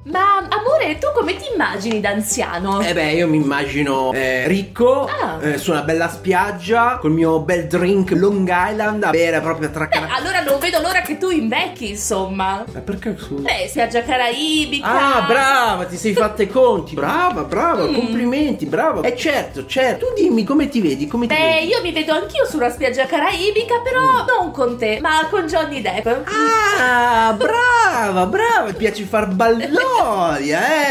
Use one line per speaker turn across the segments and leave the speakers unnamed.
Ma amore, tu come ti immagini da anziano?
Eh beh, io mi immagino eh, ricco,
Ah.
eh, su una bella spiaggia, col mio bel drink Long Island a bere proprio a
Beh, ah.
traccare.
allora non vedo l'ora che tu invecchi, insomma.
Ma perché scusa?
Beh, spiaggia caraibica.
Ah, brava, ti sei fatta i conti. Brava, brava,
Mm.
complimenti, brava. Eh certo, certo. Tu dimmi come ti vedi, come ti
Beh,
vedi.
io mi vedo anch'io sulla spiaggia caraibica, però non con te, ma con Johnny Depp.
Mm. Ah, brava, brava, mi piace far balloria,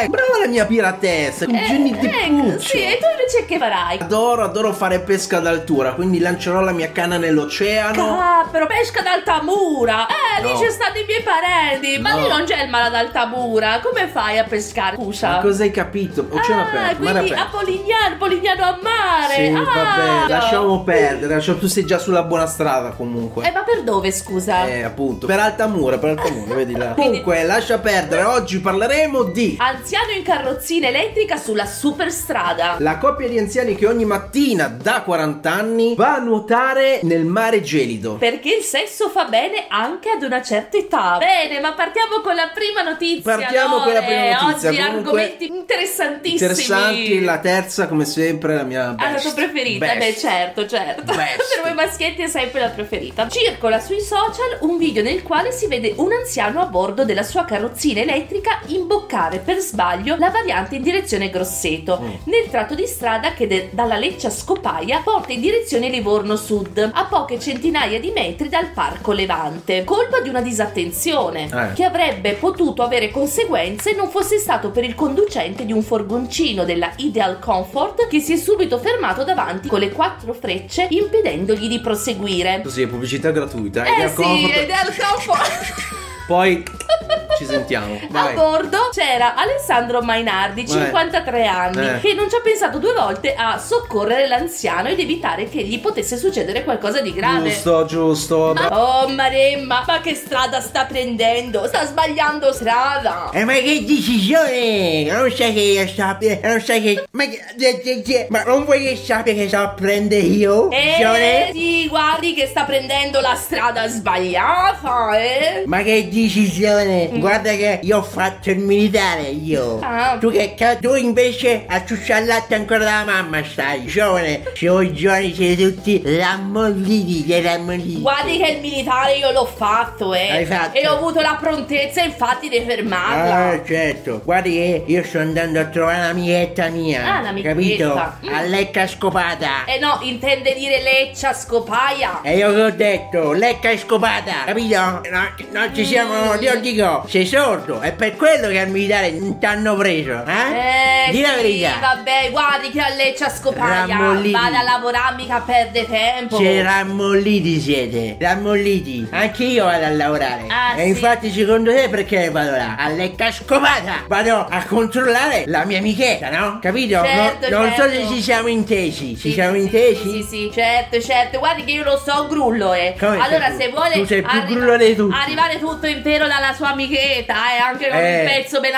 eh. Brava la mia piratessa, con
Eh,
Johnny
eh,
Deppuccio.
Sì, e tu invece che farai?
Adoro, adoro fare pesca d'altura, quindi lancerò la mia canna nell'oceano.
Ah, però pesca d'altamura! Eh, lì
No.
ci stanno i miei parenti! Ma
No.
lì non c'è il mare d'altamura! Come fai a pescare? Scusa!
Ma cosa hai capito? Oh, Oceano
ah,
aperto, mare
quindi a
aperto.
Polignano, Polignano a mare!
Sì,
ah,
vabbè, lasciamo perdere, lasciamo- tu sei già sulla buona strada
Eh,
comunque.
ma per dove, scusa?
Eh, appunto, per Altamura, per Altamura, vedi là.
Quindi-
Comunque, lascia perdere, oggi parleremo di
Anziano in carrozzina elettrica sulla superstrada!
la coppia di anziani che ogni mattina da 40 anni va a nuotare nel mare gelido.
Perché il sesso fa bene anche ad una certa età. Bene, ma partiamo con la prima notizia.
Partiamo
Lore.
con la prima notizia,
Oggi
comunque-
argomenti interessantissimi.
Interessanti, la terza come sempre è la mia
Ah, la
best.
tua preferita?
Best.
Beh, certo, certo.
Best.
Per voi maschietti è sempre la preferita. Circola sui social un video nel quale si vede un anziano a bordo della sua carrozzina elettrica imboccare per sbaglio la variante in direzione Grosseto,
Mm.
nel tratto di strada che de- dalla Leccia Scopaia porta in direzione Livorno Sud, a poche centinaia di metri dal Parco Levante. Colpa di una disattenzione
Eh.
che avrebbe potuto avere conseguenze non fosse stato per il conducente di un furgoncino della Ideal Comfort che si è subito fermato davanti con le quattro frecce impedendogli di proseguire.
Così è pubblicità gratuita.
Eh
Idea
sì,
Comfort.
Ideal Comfort!
Poi ci sentiamo.
A
Vai.
bordo c'era Alessandro Mainardi,
Vai.
53 anni,
Eh.
che non ci ha pensato due volte a soccorrere l'anziano ed evitare che gli potesse succedere qualcosa di grave.
Giusto, giusto.
Ma- Oh Maremma, ma che strada sta prendendo? Sta sbagliando strada!
Eh, ma che decisione! Non sai che io sappia, non sai che. Ma, che- che- che- che- ma non vuoi che sappia che sto a prendere io?
Eh
decisione?
sì, guardi che sta prendendo la strada sbagliata, eh?
Ma che decisione! Guarda che io ho fatto il militare io!
Mm. Ah.
Tu che ca- tu invece a ciucciallatte ancora la mamma stai, giovane! Se voi giovani siete tutti rammolliti, che rammolliti!
Guardi che il militare io l'ho fatto, eh?
L'hai fatto?
E ho avuto la prontezza infatti di fermarla.
Ah, certo, guardi che io sto andando a trovare un'amichetta mia.
Ah, un'amichetta.
Capito?
Mm.
A lecca scopata.
Eh no, intende dire leccia scopaia.
E io che ho detto, lecca e scopata, capito? No, non ci siamo, io dico, sei sordo, è per quello che al militare non ti hanno preso, eh?
Eh,
Di la
sì,
verità,
vabbè, guardi che a leccia scopaia.
Rammollini.
Vada a lavorare, mica perde tempo.
siete rammolliti siete, rammolliti, anche io vado a lavorare.
Ah,
e
sì.
infatti secondo te perché vado là? A lecca scopata, vado a controllare la mia amichetta, no? Capito? No-
Certo,
non so se
certo.
ci siamo intesi, ci
Sì,
siamo
sì,
intesi?
Sì, sì, sì, certo, certo. Guardi che io lo so grullo, eh.
Come
allora,
sei
se
tu?
vuole
Tu sei più
arri-
grullo di tutti.
arrivare tutto intero dalla sua amichetta, eh, anche con
Eh.
il pezzo ben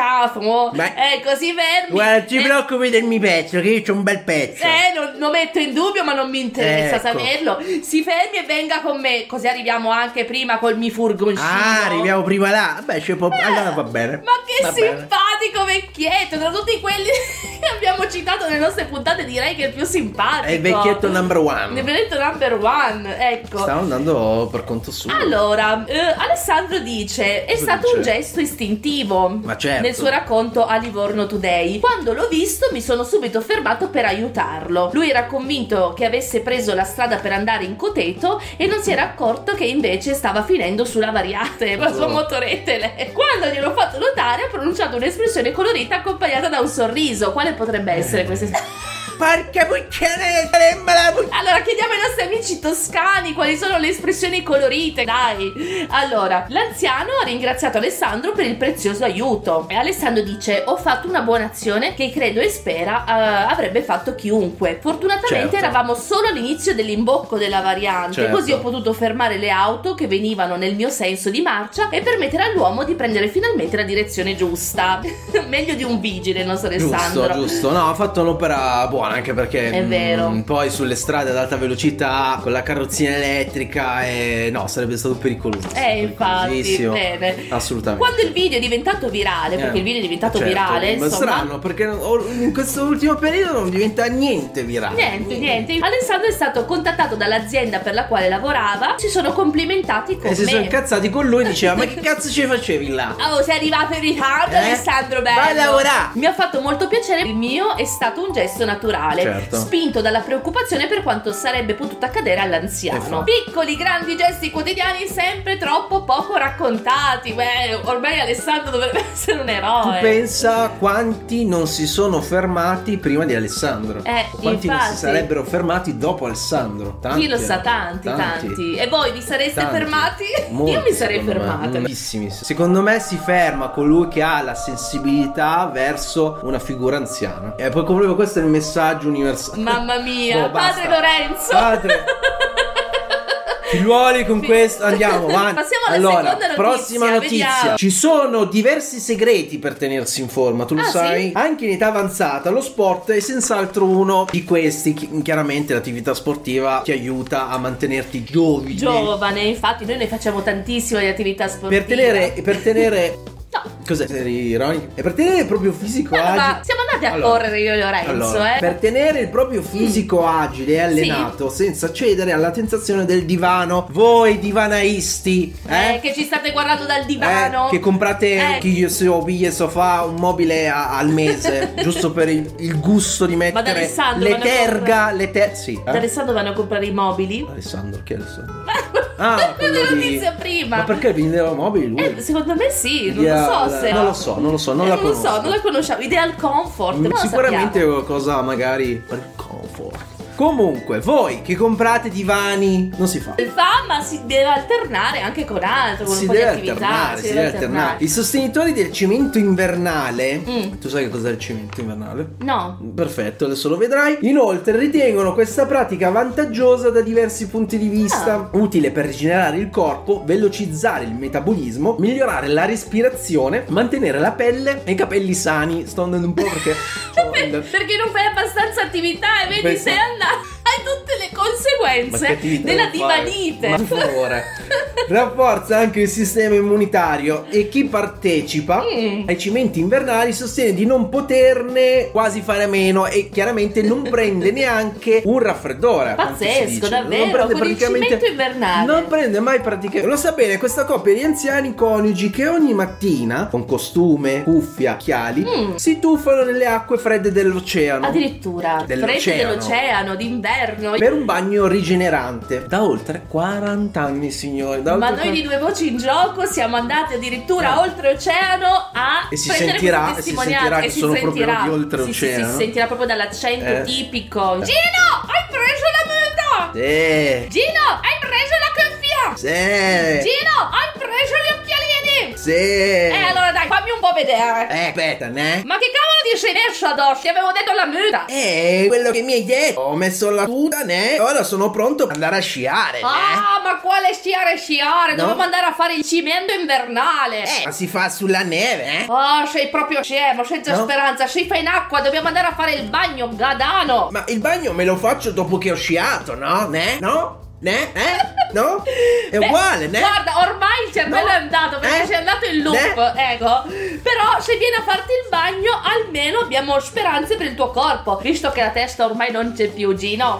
attaccato.
Ma-
Eh, così fermi.
Guarda, ti
eh,
preoccupi del mio pezzo, che io c'ho un bel pezzo.
eh, non lo metto in dubbio, ma non mi interessa
Ecco.
saperlo. Si fermi e venga con me, così arriviamo anche prima col mi furgoncino.
Ah, arriviamo prima là. Vabbè, ci può...
Eh,
allora va bene.
Ma che
Va bene.
simpatico vecchietto! Tra tutti quelli che abbiamo citato nelle nostre puntate, direi che è il più simpatico.
È il vecchietto number
Il
one.
vecchietto number one, ecco.
Sta andando per conto suo.
Allora, eh, Alessandro dice: È
Cosa
stato
dice?
un gesto istintivo.
Ma certo.
Nel suo racconto a Livorno Today. Quando l'ho visto, mi sono subito fermato per aiutarlo. Lui era convinto che avesse preso la strada per andare in Coteto e non si era accorto che invece stava finendo sulla variante con la sua
Oh.
motoretta. elettrica. Quando gliel'ho fatto notare, ha pronunciato un'espressione colorita accompagnata da un sorriso. Quale potrebbe essere questa espressione?
Porca puttana, saremmo la puttana.
Allora, chiediamo ai nostri amici toscani quali sono le espressioni colorite, dai. Allora, l'anziano ha ringraziato Alessandro per il prezioso aiuto. E Alessandro dice: Ho fatto una buona azione che credo e spera eh, avrebbe fatto chiunque. Fortunatamente
Certo.
eravamo solo all'inizio dell'imbocco della variante,
Certo.
così ho potuto fermare le auto che venivano nel mio senso di marcia e permettere all'uomo di prendere finalmente la direzione giusta. Meglio di un vigile, il nostro Alessandro.
Giusto, giusto. No, ha fatto un'opera buona,
anche perché mm,
È vero.
poi sulle strade ad alta velocità con la carrozzina elettrica eh, no, sarebbe stato pericoloso.
Eh, infatti,
Pericolosissimo.
bene.
Assolutamente.
Quando il video è diventato virale, perché
Eh,
il video è diventato
certo,
virale,
ma
insomma.
strano, perché o- in questo ultimo periodo non diventa niente virale.
Niente, niente. Alessandro è stato contattato dall'azienda per la quale lavorava. Si sono complimentati con
E si
me.
sono incazzati con lui e diceva "Ma che cazzo ci facevi là?"
Oh, sei arrivato in ritardo,
Eh?
Alessandro Bello.
Vai a lavorare!
Mi ha fatto molto piacere. Il mio è stato un gesto naturale,
Certo.
spinto dalla preoccupazione per quanto sarebbe potuto accadere all'anziano.
Infatti.
Piccoli, grandi gesti quotidiani, sempre troppo poco raccontati. Beh, ormai Alessandro dovrebbe essere un
Tu
eroe.
pensa quanti non si sono fermati prima di Alessandro.
Eh,
quanti non
infatti.
si sarebbero fermati dopo Alessandro. Tanti, eh.
Chi lo sa, tanti, tanti, E voi vi sareste
Tanti.
fermati?
Molti,
Io mi sarei
secondo me.
fermata.
Moltissimi. Secondo me si ferma colui che ha la sensibilità verso una figura anziana. E poi comunque questo è il messaggio universale.
Mamma mia,
Boh, basta.
padre Lorenzo.
Padre. Figliuoli con
Sì.
questo andiamo avanti.
Passiamo alla
allora,
seconda notizia,
prossima notizia.
vediamo.
Ci sono diversi segreti per tenersi in forma, tu lo
Ah,
sai?
sì?
Anche in età avanzata lo sport è senz'altro uno di questi. Chi- Chiaramente l'attività sportiva ti aiuta a mantenerti giovine.
Giovane, infatti, noi ne facciamo tantissime di attività sportive.
Per tenere, per tenere
No.
Cos'è? Eri ironico? E per tenere il proprio fisico
No, no,
agile.
ma siamo andati a
Allora,
correre io e Lorenzo,
allora,
eh. Mm.
Per tenere il proprio fisico agile e allenato senza cedere alla tentazione del divano, voi divanaisti, eh?
Eh, che ci state guardando dal divano.
Eh, che comprate
Eh.
chi io so, piglie sofà, un mobile a- al mese, giusto per il, il gusto di mettere
Alessandro,
le
ma ne
terga,
compra-
le ter- sì.
Da Alessandro vanno a comprare i mobili.
Alessandro, chi è Alessandro?
Ah,
quello
la
di-
notizia prima.
Ma perché vendeva mobili lui? Mm,
Eh, secondo me sì, non
Via-
lo so se.
Non lo so, non lo so, non
Eh,
la
non lo
conosco.
so, non la conosciamo. Ideal comfort.
Mm,
non lo
Sicuramente è
sappiamo.
qualcosa magari per comfort. Comunque, voi che comprate divani, non si fa.
Fa, ma si deve alternare anche con altro, con
Si
un po' di
deve
attività.
alternare, si deve alternare. I sostenitori del cimento invernale,
Mm.
tu sai che cos'è il cimento invernale?
No.
Perfetto, adesso lo vedrai. Inoltre ritengono questa pratica vantaggiosa da diversi punti di
Ah.
vista, utile per rigenerare il corpo, velocizzare il metabolismo, migliorare la respirazione, mantenere la pelle e i capelli sani. Sto andando un po' perché
Per- perché non fai abbastanza attività e vedi
Cioè, Pensa-
sei andato. Hai tutte le
Ma che
conseguenze
attività
della
devo fare?
divanite.
Ma per favore. Rafforza anche il sistema immunitario e chi partecipa
Mm.
ai cimenti invernali sostiene di non poterne quasi fare a meno e chiaramente non prende neanche un raffreddore. quanto si
Pazzesco,
dice.
davvero, con il cimento invernale.
Non prende mai praticamente. Lo sa bene questa coppia di anziani coniugi che ogni mattina, con costume, cuffia, occhiali,
Mm.
si tuffano nelle acque fredde dell'oceano.
Addirittura
Dell'oceano.
freddi dell'oceano, d'inverno.
Per un bagno rigenerante da oltre 40 anni, signori. Da
Ma
oltre
noi di
40
due voci in gioco siamo andati addirittura oltre oceano a
E si
prendere
sentirà-
questa
e si
testimonianza.
sentirà che
E si
sono proprio
sentirà.
di oltre
Sì, sì, sì,
oceano.
si sentirà proprio dall'accento
Eh.
tipico.
Eh.
Gino, hai preso la multa!
Sì,
Gino, hai preso la cuffia!
Eh, sì,
Gino, hai preso gli occhialini!
sì.
Eh, allora dai, fammi un po' vedere.
Eh, aspetta, ne?
Ma che cavolo di scenescio addosso? Ti avevo detto la multa!
Eh, quello che mi hai detto. Ho messo la tuta, ne? Ora sono pronto ad andare a sciare, ne?
Ah, ma quale sciare sciare?
No.
Dovevo andare a fare il cimento invernale.
Eh, ma si fa sulla neve, eh?
Oh, sei proprio scemo, senza
No.
speranza, scifa in acqua, dobbiamo andare a fare il bagno, gadano!
Ma il bagno me lo faccio dopo che ho sciato, no? Ne? No? Ne? Eh? No? È
Beh,
uguale, ne?
Guarda, ormai il cervello
No.
è andato perché
Eh?
c'è andato in loop, ecco. Però se vieni a farti il bagno, almeno abbiamo speranze per il tuo corpo, visto che la testa ormai non c'è più, Gino.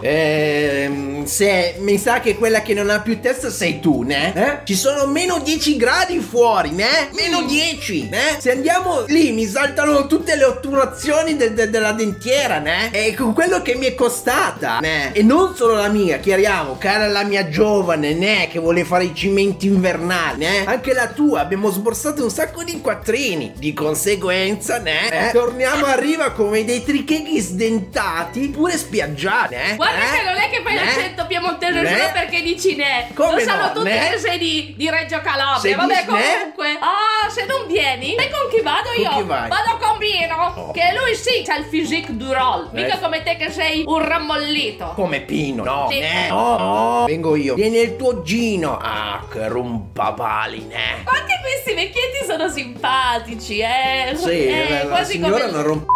Ehm, se mi sa che quella che non ha più testa sei tu, ne? Eh? Ci sono meno 10 gradi fuori, ne?
Mm.
Meno 10, ne? Se andiamo lì mi saltano tutte le otturazioni de- de- della dentiera, ne? E con quello che mi è costata, ne? E non solo la mia, chiariamo, cara la mia giovane, ne? Che vuole fare i cimenti invernali, ne? Anche la tua, abbiamo sborsato un sacco di quattrini. Di conseguenza, ne? Eh? Torniamo a riva come dei tricheghi sdentati, pure spiaggiati, ne?
Guarda
Eh?
che non è che fai
Eh?
l'accento piemontese
Eh?
solo perché dici ne.
Come
Lo sanno
no,
tutti
ne?
che sei di, di Reggio Calabria.
Se
Vabbè,
dici ne?
comunque. Ah, se non vieni, sai con chi vado io?
chi vai?
Vado con Pino.
Oh.
Che lui sì, c'ha il physique du roll. Mica
Eh.
come te che sei un rammollito.
Come Pino, no,
Sì. Oh,
ne? No, no, vengo io. Viene il tuo Gino. Ah, che rumpapali, ne?
Ma Anche questi vecchietti sono simpatici, eh.
Sì,
eh,
la- la
quasi
signora
come...
non romp...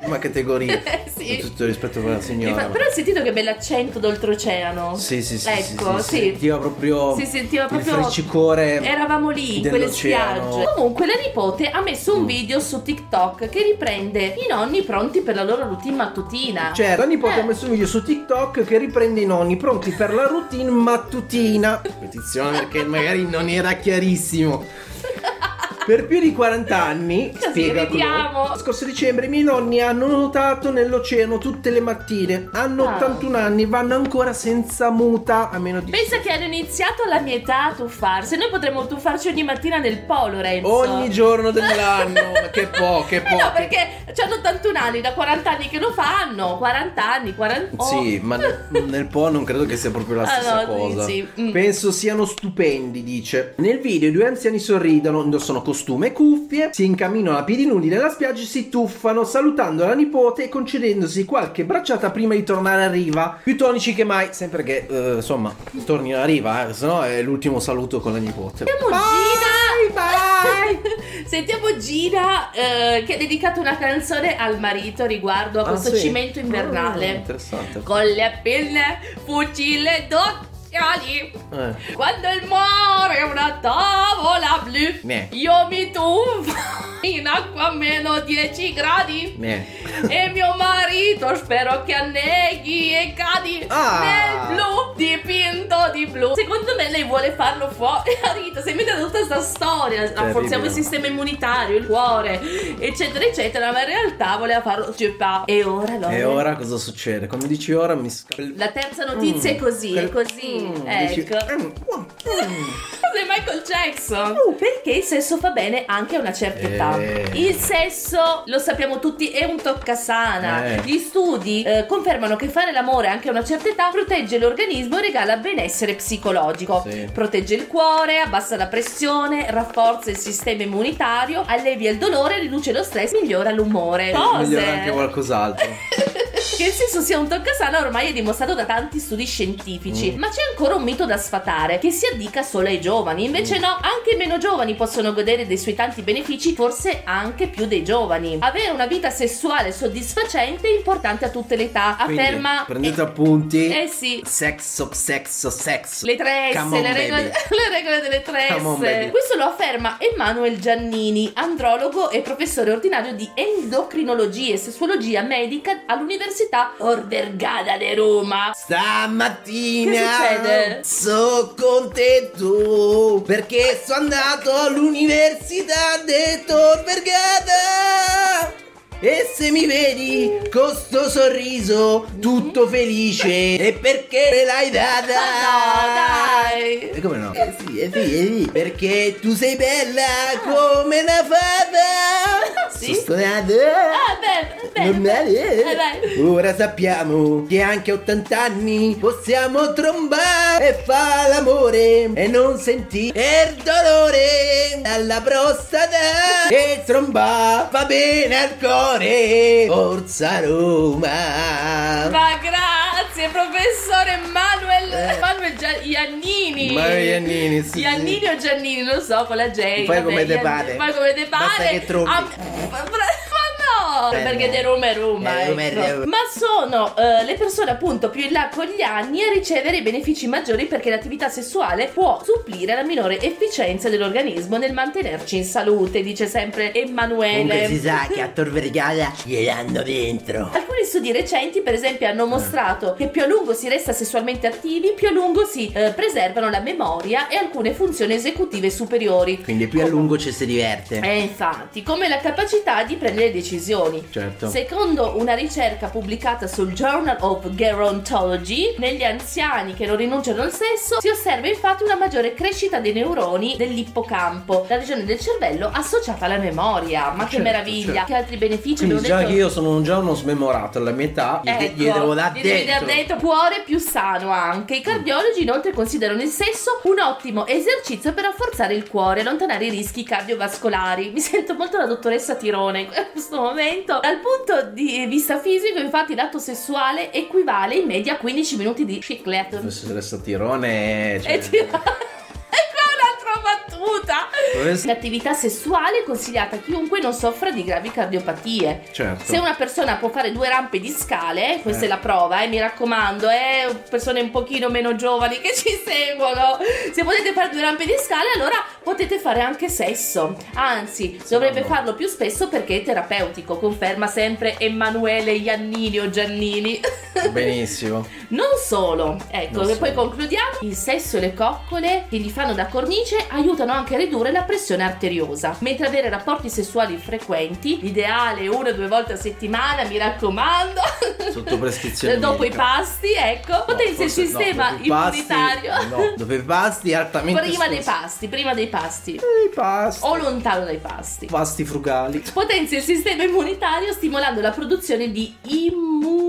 Prima categoria.
Sì.
Con tutto il rispetto per la signora.
Infa- Però hai sentito che bell'accento d'oltreoceano?
Sì, sì, sì.
Ecco,
sì, sì,
sì.
Si sentiva proprio.
Si sentiva proprio-
Il friccicore.
Eravamo lì, in quelle
dell'oceano. Mm.
spiagge. Comunque, la nipote ha messo un video su TikTok che riprende i nonni pronti per la loro routine mattutina.
Cioè, la nipote
Eh.
ha messo un video su TikTok che riprende i nonni pronti per la routine mattutina. Petizione perché magari non era chiarissimo. Per più di 40 anni,
Così
spiega
vediamo.
colui, scorso dicembre i miei nonni hanno nuotato nell'oceano tutte le mattine. Hanno
Ah.
81 anni, vanno ancora senza muta, a meno di
Pensa che hanno iniziato alla mia età a tuffarsi. Noi potremmo tuffarci ogni mattina nel polo, Renzo.
ogni giorno dell'anno. Ma che po', che
Eh
po'.
no, perché hanno 81 anni, da 40 anni che lo fanno. oh. 40 anni, 40
Sì, ma ne- nel po' non credo che sia proprio la
Ah,
stessa
no,
cosa.
dici, mm.
Penso siano stupendi, dice. Nel video i due anziani sorridono, indossano costume e cuffie, si incamminano a piedi nudi nella spiaggia e si tuffano, salutando la nipote e concedendosi qualche bracciata prima di tornare a riva. Più tonici che mai, sempre che, eh, insomma, torni a riva, eh, sennò è l'ultimo saluto con la nipote.
Sentiamo
Bye, bye.
Gina. Sentiamo Gina eh, che ha dedicato una canzone al marito riguardo a
Ah,
questo
sì?
cimento
Ah,
invernale.
interessante.
Con le pinne, fucile d'occhiali.
Eh.
Quando il mare è una tavola blu,
Ne.
io mi tuffo in acqua a meno 10 gradi.
Eh.
E mio marito spero che anneghi e cadi
Ah.
nel blu dipinto di blu. Secondo me lei vuole farlo fuori. Rita, si mette tutta questa storia. Rafforziamo il sistema immunitario, il cuore, eccetera, eccetera. Ma in realtà voleva farlo. Cioè, e ora Lore?
E ora cosa succede? Quando dici ora mi scappa il-
La terza notizia è così, è
Quel-
così.
Mm, dici-
ecco.
Mm, buono.
Sei Michael Jackson. Oh, perché il sesso fa bene anche a una certa
Eh.
età. Il sesso, lo sappiamo tutti, è un toccasana.
Eh.
Gli studi eh, confermano che fare l'amore anche a una certa età protegge l'organismo e regala benessere psicologico.
Sì.
Protegge il cuore, abbassa la pressione, rafforza il sistema immunitario, allevia il dolore, riduce lo stress, migliora l'umore. Cose.
Migliora anche qualcos'altro.
Che il sesso sia un toccasana ormai è dimostrato da tanti studi scientifici,
Mm.
ma c'è ancora un mito da sfatare, che si addica solo ai giovani. Invece
Mm.
no, anche i meno giovani possono godere dei suoi tanti benefici, forse anche più dei giovani. Avere una vita sessuale soddisfacente è importante a tutte le età,
Quindi,
afferma...
prendete appunti.
eh, eh sì,
Sexo, sexo, sexo.
le tre S,
Come on,
le regole,
baby.
le regole delle tre
Come on, baby.
S. Questo lo afferma Emanuel Giannini, andrologo e professore ordinario di endocrinologia e sessuologia medica all'Università Or Vergata di Roma.
Stamattina
Che succede?
sono contento perché sono andato all'università di Tor Vergata. E se mi vedi con sto sorriso
Mhm.
tutto felice è perché me l'hai data.
Ma Ah, no, dai.
E come no? Eh sì, eh sì, eh sì. Perché tu sei bella come una fata.
Ah. Sì?
Sono stonato.
Ah, beh, beh,
Normale, eh.
Eh, beh.
Ora sappiamo che anche a 80 anni possiamo trombare e fa l'amore e non sentire il dolore alla prostata e tromba fa bene al cuore. Forza Roma.
Ma grazie, professore Manuel,
Eh.
Manuel Gia- Iannini.
Manuel Iannini, sì, sì.
Iannini o Giannini, non so, con la J.
Fai come te
Ian-
pare.
Fai come te
Basta
pare.
che trombi.
Ah, ma- ma no,
Eh,
perché
no.
De Roma è Roma.
Eh, Roma è
ecco.
Roma.
Ma sono eh, le persone appunto più in là con gli anni a ricevere i benefici maggiori perché l'attività sessuale può supplire la minore efficienza dell'organismo nel mantenerci in salute, dice sempre Emanuele.
Comunque si sa che a Tor Vergata gliel'hanno dentro.
Alcuni studi recenti, per esempio,
Eh.
hanno mostrato che più a lungo si resta sessualmente attivi, più a lungo si eh, preservano la memoria e alcune funzioni esecutive superiori.
Quindi più a lungo ci si diverte.
E Eh, infatti, come la capacità di prendere decisioni.
Certo.
Secondo una ricerca pubblicata sul Journal of Gerontology, negli anziani che non rinunciano al sesso si osserva infatti una maggiore crescita dei neuroni dell'ippocampo, la regione del cervello associata alla memoria. Ma che
Certo,
meraviglia!
certo.
Che altri benefici
Quindi
abbiamo
già
detto?
che io sono già uno smemorato alla metà, gli,
Ecco,
gli devo da
gli devi dar
dentro.
dentro cuore più sano anche. I cardiologi inoltre considerano il sesso un ottimo esercizio per rafforzare il cuore e allontanare i rischi cardiovascolari. Mi sento molto la dottoressa Tirone in questo momento. Dal punto di vista fisico, infatti, l'atto sessuale equivale in media a 15 minuti di ciclette.
Adesso Tirone è-
E
cioè,
ti- E qua un'altra battuta.
es-
L'attività sessuale è consigliata a chiunque non soffra di gravi cardiopatie.
Certo.
Se una persona può fare due rampe di scale, questa è la prova, eh, mi raccomando, eh, persone un pochino meno giovani che ci seguono. Se potete fare due rampe di scale, allora potete fare anche sesso. Anzi, dovrebbe farlo più spesso perché è terapeutico, conferma sempre Emanuele Iannini o Giannini.
Benissimo.
Non solo, ecco,
Non
che
solo.
poi concludiamo, il sesso e le coccole che gli fanno da cornice aiutano anche a ridurre la pressione arteriosa, mentre avere rapporti sessuali frequenti, ideale una o due volte a settimana, mi raccomando, cioè,
Sotto prescrizione.
dopo i
medica.
pasti, ecco, potenzia il
forse no,
sistema
dopo i pasti-
immunitario.
No, dopo i pasti altamente
Prima dei
esposti.
pasti, prima dei pasti,
I pasti.
o lontano dai pasti.
Pasti frugali.
Potenzia il sistema immunitario stimolando la produzione di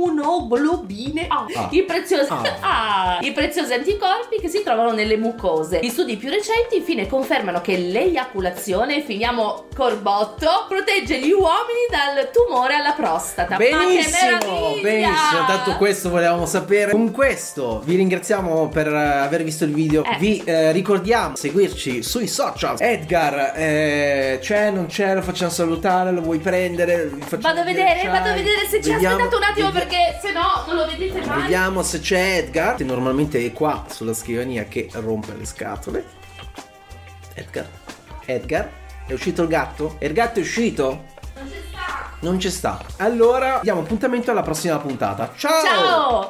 immunoglobine A,
Ah.
I, preziosi,
Ah.
Ah, i preziosi anticorpi che si trovano nelle mucose. Gli studi più recenti infine confermano che l'eiaculazione, finiamo corbotto, protegge gli uomini dal tumore alla prostata. Ma che
Benissimo,
meraviglia!
benissimo. Tanto questo volevamo sapere. Con questo vi ringraziamo per eh, aver visto il video.
Eh.
Vi eh, ricordiamo di seguirci sui social. Edgar, eh, c'è, non c'è, lo facciamo salutare, lo vuoi prendere? Gli facciamo
Vado a
dire
vedere,
ciao.
vado a vedere se ci
Vediamo-
aspettate un attimo
vedi-
perché se no non lo vedete mai.
Vediamo se c'è Edgar, che normalmente è qua sulla scrivania che rompe le scatole. Edgar, Edgar, è uscito il gatto? Il gatto è uscito?
Non ci sta.
Non ci sta. Allora, diamo appuntamento alla prossima puntata. Ciao!
Ciao!